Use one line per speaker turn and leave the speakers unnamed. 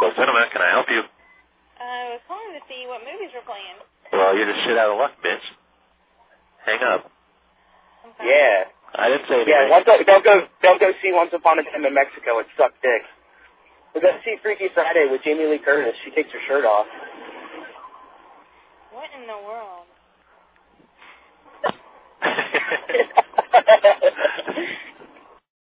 Well, Cinema, can I help you?
Uh, I was calling to see what movies were playing.
Well, you're just shit out of luck, bitch. Hang up.
Okay.
Yeah.
I didn't say anything.
Yeah, once, don't go don't go see Once Upon a Time in Mexico. It sucked dick. But go see Freaky Friday with Jamie Lee Curtis. She takes her shirt off.
What in the world?